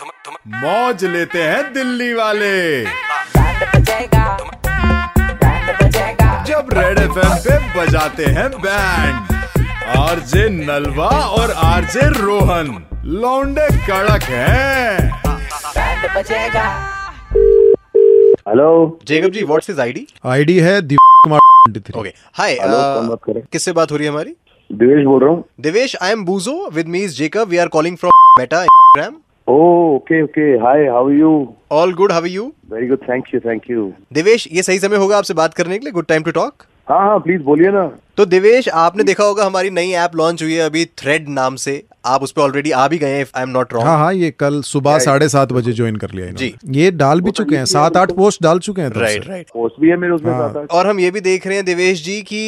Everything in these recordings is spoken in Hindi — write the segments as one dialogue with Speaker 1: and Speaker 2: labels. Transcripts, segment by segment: Speaker 1: मौज लेते हैं दिल्ली वाले जब रेड एफ पे बजाते हैं बैंड आरजे नलवा और आरजे रोहन लौंडे कड़क हैं
Speaker 2: hello
Speaker 3: Jacob ji what's is ID
Speaker 4: ID है Deep Kumar 23
Speaker 3: okay hi
Speaker 2: hello कौन बात कर रहे
Speaker 3: uh, किससे बात हो रही है हमारी
Speaker 2: हैं? दिवेश बोल रहा हूँ
Speaker 3: दिवेश आई एम बूजो with me is Jacob we are calling from Meta Instagram
Speaker 2: oh okay okay hi how you
Speaker 3: all good how you
Speaker 2: very good thank you thank you
Speaker 3: Divesh ये सही समय होगा आपसे बात करने के लिए गुड टाइम टू टॉक
Speaker 2: हाँ हाँ प्लीज बोलिए ना
Speaker 3: तो दिवेश आपने देखा होगा हमारी नई ऐप लॉन्च हुई है अभी थ्रेड नाम से आप उस पर ऑलरेडी आ भी गए आई एम नॉट
Speaker 4: हाँ
Speaker 3: रॉन्ग
Speaker 4: हाँ ये कल सुबह साढ़े सात बजे ज्वाइन कर लिया इन्होंने ये डाल भी चुके हैं सात आठ पोस्ट डाल चुके हैं तो
Speaker 1: हाँ,
Speaker 4: तब
Speaker 3: राइट
Speaker 4: से।
Speaker 3: राइट
Speaker 2: पोस्ट भी है मेरे उसमें साथ आठ।
Speaker 3: और हम ये भी देख रहे हैं देवेश जी कि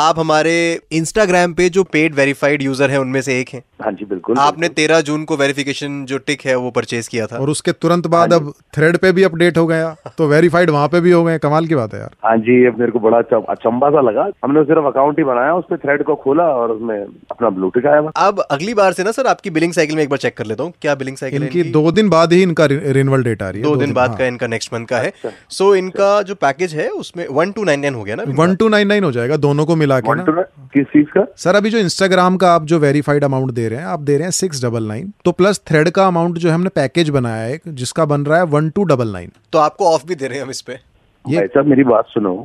Speaker 3: आप हमारे इंस्टाग्राम पे जो पेड वेरीफाइड यूजर हैं उनमें से एक हैं
Speaker 2: हाँ जी बिल्कुल
Speaker 3: आपने 13 जून को वेरिफिकेशन जो टिक है वो परचेज किया था
Speaker 4: और उसके तुरंत बाद
Speaker 3: हाँ
Speaker 4: अब थ्रेड पे भी अपडेट हो गया तो वेरीफाइड वहाँ पे भी हो गए कमाल की बात है यार
Speaker 2: हाँ जी ये मेरे को बड़ा अचम- अचंभा सा लगा हमने सिर्फ अकाउंट ही बनाया उस पर थ्रेड को खोला और उसमें अपना ब्लूटिक आया हुआ
Speaker 3: अब अगली बार से ना सर आपकी बिलिंग साइकिल में एक बार चेक कर लेता हूँ क्या बिलिंग साइकिल है
Speaker 4: इनकी दो हाँ। दिन बाद ही इनका रिन्यूअल डेट आ रही है
Speaker 3: दो दिन बाद का इनका नेक्स्ट मंथ का है
Speaker 2: अच्छा।
Speaker 3: सो इनका जो पैकेज है उसमें वन टू नाइन नाइन हो गया ना
Speaker 4: वन टू नाइन नाइन हो जाएगा दोनों को मिला के
Speaker 2: वन
Speaker 4: ना
Speaker 2: किस चीज का
Speaker 4: सर अभी जो इंस्टाग्राम का आप जो वेरीफाइड अमाउंट दे रहे हैं आप दे रहे हैं सिक्स डबल नाइन तो प्लस थ्रेड का अमाउंट जो हमने पैकेज बनाया है एक, जिसका बन रहा है वन टू डबल नाइन
Speaker 3: तो आपको ऑफ भी दे रहे हैं हम इस पे
Speaker 4: ये-
Speaker 2: भाई साहब मेरी बात सुनो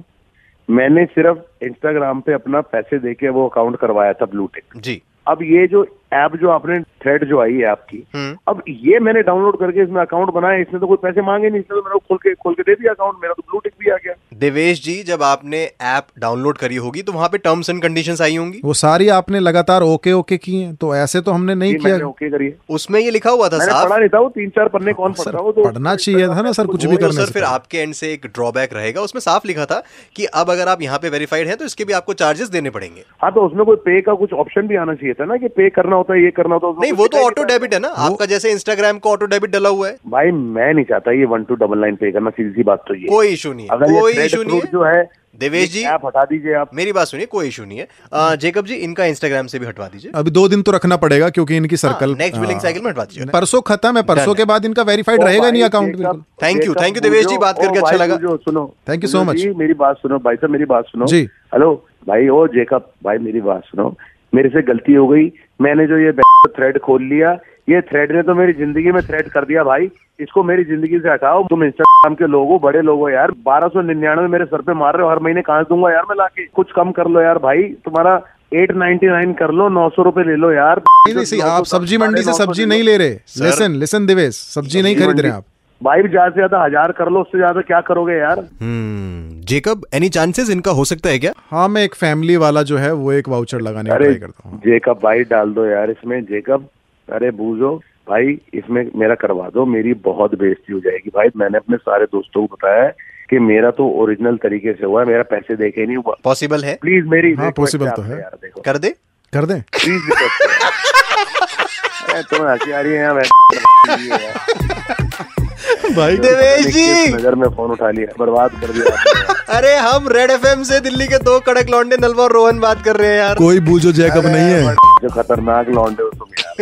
Speaker 2: मैंने सिर्फ इंस्टाग्राम पे अपना पैसे दे के वो अकाउंट करवाया था ब्लूटिक
Speaker 3: जी
Speaker 2: अब ये जो ऐप जो आपने थ्रेड जो आई है आपकी
Speaker 3: हम्म।
Speaker 2: अब ये मैंने डाउनलोड करके इसमें अकाउंट बनाया इसने तो कोई पैसे मांगे नहीं इसने तो मेरे को खोल के खोल के दे दिया अकाउंट मेरा तो ब्लू टिक भी आ गया
Speaker 3: देवेश जी जब आपने ऐप डाउनलोड करी होगी तो वहाँ पे टर्म्स एंड कंडीशंस आई होंगी
Speaker 4: वो सारी आपने लगातार ओके ओके की हैं तो ऐसे तो हमने नहीं
Speaker 2: ये
Speaker 4: किया
Speaker 2: मैंने ओके करिए
Speaker 3: उसमें ये लिखा हुआ था
Speaker 2: मैंने
Speaker 3: तो साफ हाँ,
Speaker 2: पढ़ा नहीं था वो तीन चार पन्ने कौन
Speaker 4: सर
Speaker 2: पढ़ता वो तो
Speaker 4: पढ़ना चाहिए था ना सर कुछ भी
Speaker 3: वो तो
Speaker 4: करने
Speaker 3: सर
Speaker 4: से
Speaker 3: फिर
Speaker 4: पहले।
Speaker 3: आपके एंड से एक ड्रॉबैक रहेगा उसमें साफ लिखा था कि अब अगर आप यहाँ पे वेरीफाइड हैं तो इसके भी आपको चार्जेस देने पड़ेंगे
Speaker 2: हाँ तो उसमें कोई पे का कुछ ऑप्शन भी आना चाहिए था ना कि पे करना होता है ये करना होता है उसमें
Speaker 3: नहीं
Speaker 2: कुछ
Speaker 3: वो तो
Speaker 2: दिखाई
Speaker 3: ऑटो
Speaker 2: देता है।
Speaker 3: डेबिट है ना आपका जैसे इंस्टाग्राम को ऑटो डेबिट डला हुआ है
Speaker 2: भाई मैं नहीं चाहता ये one two double nine pay करना सीधी सी बात तो ये
Speaker 3: कोई इशू नहीं है
Speaker 2: अगर
Speaker 3: कोई
Speaker 2: ये
Speaker 3: इशू
Speaker 2: थ्रेड
Speaker 3: नहीं
Speaker 2: फ्रूट जो है
Speaker 3: देवेश जी
Speaker 2: आप हटा दीजिए आप
Speaker 3: मेरी बात सुनिए कोई इशू नहीं है अ, जेकब जी इनका इंस्टाग्राम से भी हटवा दीजिए
Speaker 4: अभी दो दिन तो रखना पड़ेगा क्योंकि इनकी
Speaker 3: हाँ,
Speaker 4: सर्कल
Speaker 3: नेक्स्ट बिलिंग साइकिल में हटवा दीजिए
Speaker 4: परसों खत्म है परसों के बाद इनका वेरीफाइड
Speaker 2: ओ
Speaker 4: रहेगा
Speaker 2: भाई,
Speaker 4: नहीं अकाउंट
Speaker 2: जेकब-
Speaker 4: बिल्कुल
Speaker 3: Thank you,
Speaker 2: Jacob
Speaker 3: thank you Devesh ji,
Speaker 2: बुझो,
Speaker 3: बात
Speaker 2: ओ
Speaker 3: करके अच्छा
Speaker 2: भाई
Speaker 3: लगा।
Speaker 2: बुझो, सुनो
Speaker 4: Thank you so
Speaker 2: बुझो
Speaker 4: much.
Speaker 2: जी, मेरी बात सुनो भाई साहब मेरी बात सुनो
Speaker 4: जी।
Speaker 2: हेलो भाई ओ जेकब भाई मेरी बात सुनो मेरे से गलती हो गई मैंने जो ये थ्रेड खोल लिया ये थ्रेड ने तो मेरी जिंदगी में थ्रेड कर दिया भाई इसको मेरी जिंदगी से हटाओ तुम इंस्टाग्राम के लोगो बड़े लोगो यार बारह सौ निन्यानवे मेरे सर पे मार रहे हो हर महीने कहाँ से दूंगा यार मैं लाके कुछ कम कर लो यार भाई तुम्हारा एट नाइन्टी नाइन कर लो नौ सौ रूपये ले लो यार
Speaker 4: नहीं नहीं सही आप सब्जी मंडी से सब्जी नहीं ले रहे लेसन लेसन दिवेश सब्जी नहीं खरीद रहे आप
Speaker 2: भाई ज्यादा से ज्यादा हजार कर लो उससे ज्यादा क्या करोगे यार
Speaker 3: हम्म, जेकब एनी चांसेस इनका हो सकता है क्या
Speaker 4: हाँ मैं एक फैमिली वाला जो है वो एक वाउचर लगाने का
Speaker 2: अरे
Speaker 4: ट्राई करता हूँ
Speaker 2: जेकब भाई डाल दो यार इसमें जेकब अरे बूझो भाई इसमें मेरा करवा दो मेरी बहुत बेइज्जती हो जाएगी भाई मैंने अपने सारे दोस्तों को बताया है कि मेरा तो ओरिजिनल तरीके से हुआ है मेरा पैसे देके ही नहीं हुआ
Speaker 3: पॉसिबल है
Speaker 2: प्लीज मेरी
Speaker 4: हाँ,
Speaker 2: request
Speaker 4: possible
Speaker 2: है
Speaker 4: तो
Speaker 2: आपसे
Speaker 4: है।
Speaker 2: यार देखो
Speaker 3: कर दे
Speaker 4: कर दें
Speaker 2: प्लीज रिक्वेस्ट है अरे, तुम्हें हंसी आ रही है यार, मैं- यार
Speaker 4: भाई
Speaker 3: देवेश जी
Speaker 2: किस नजर में फोन उठा लिया बर्बाद कर दिया आपने यार।
Speaker 3: अरे हम रेड एफएम से दिल्ली के दो कड़क लौंडे नलवा और रोहन बात कर रहे हैं यार
Speaker 4: कोई बूझो जैकअप नहीं है
Speaker 2: जो खतरनाक लौंडे हो तुम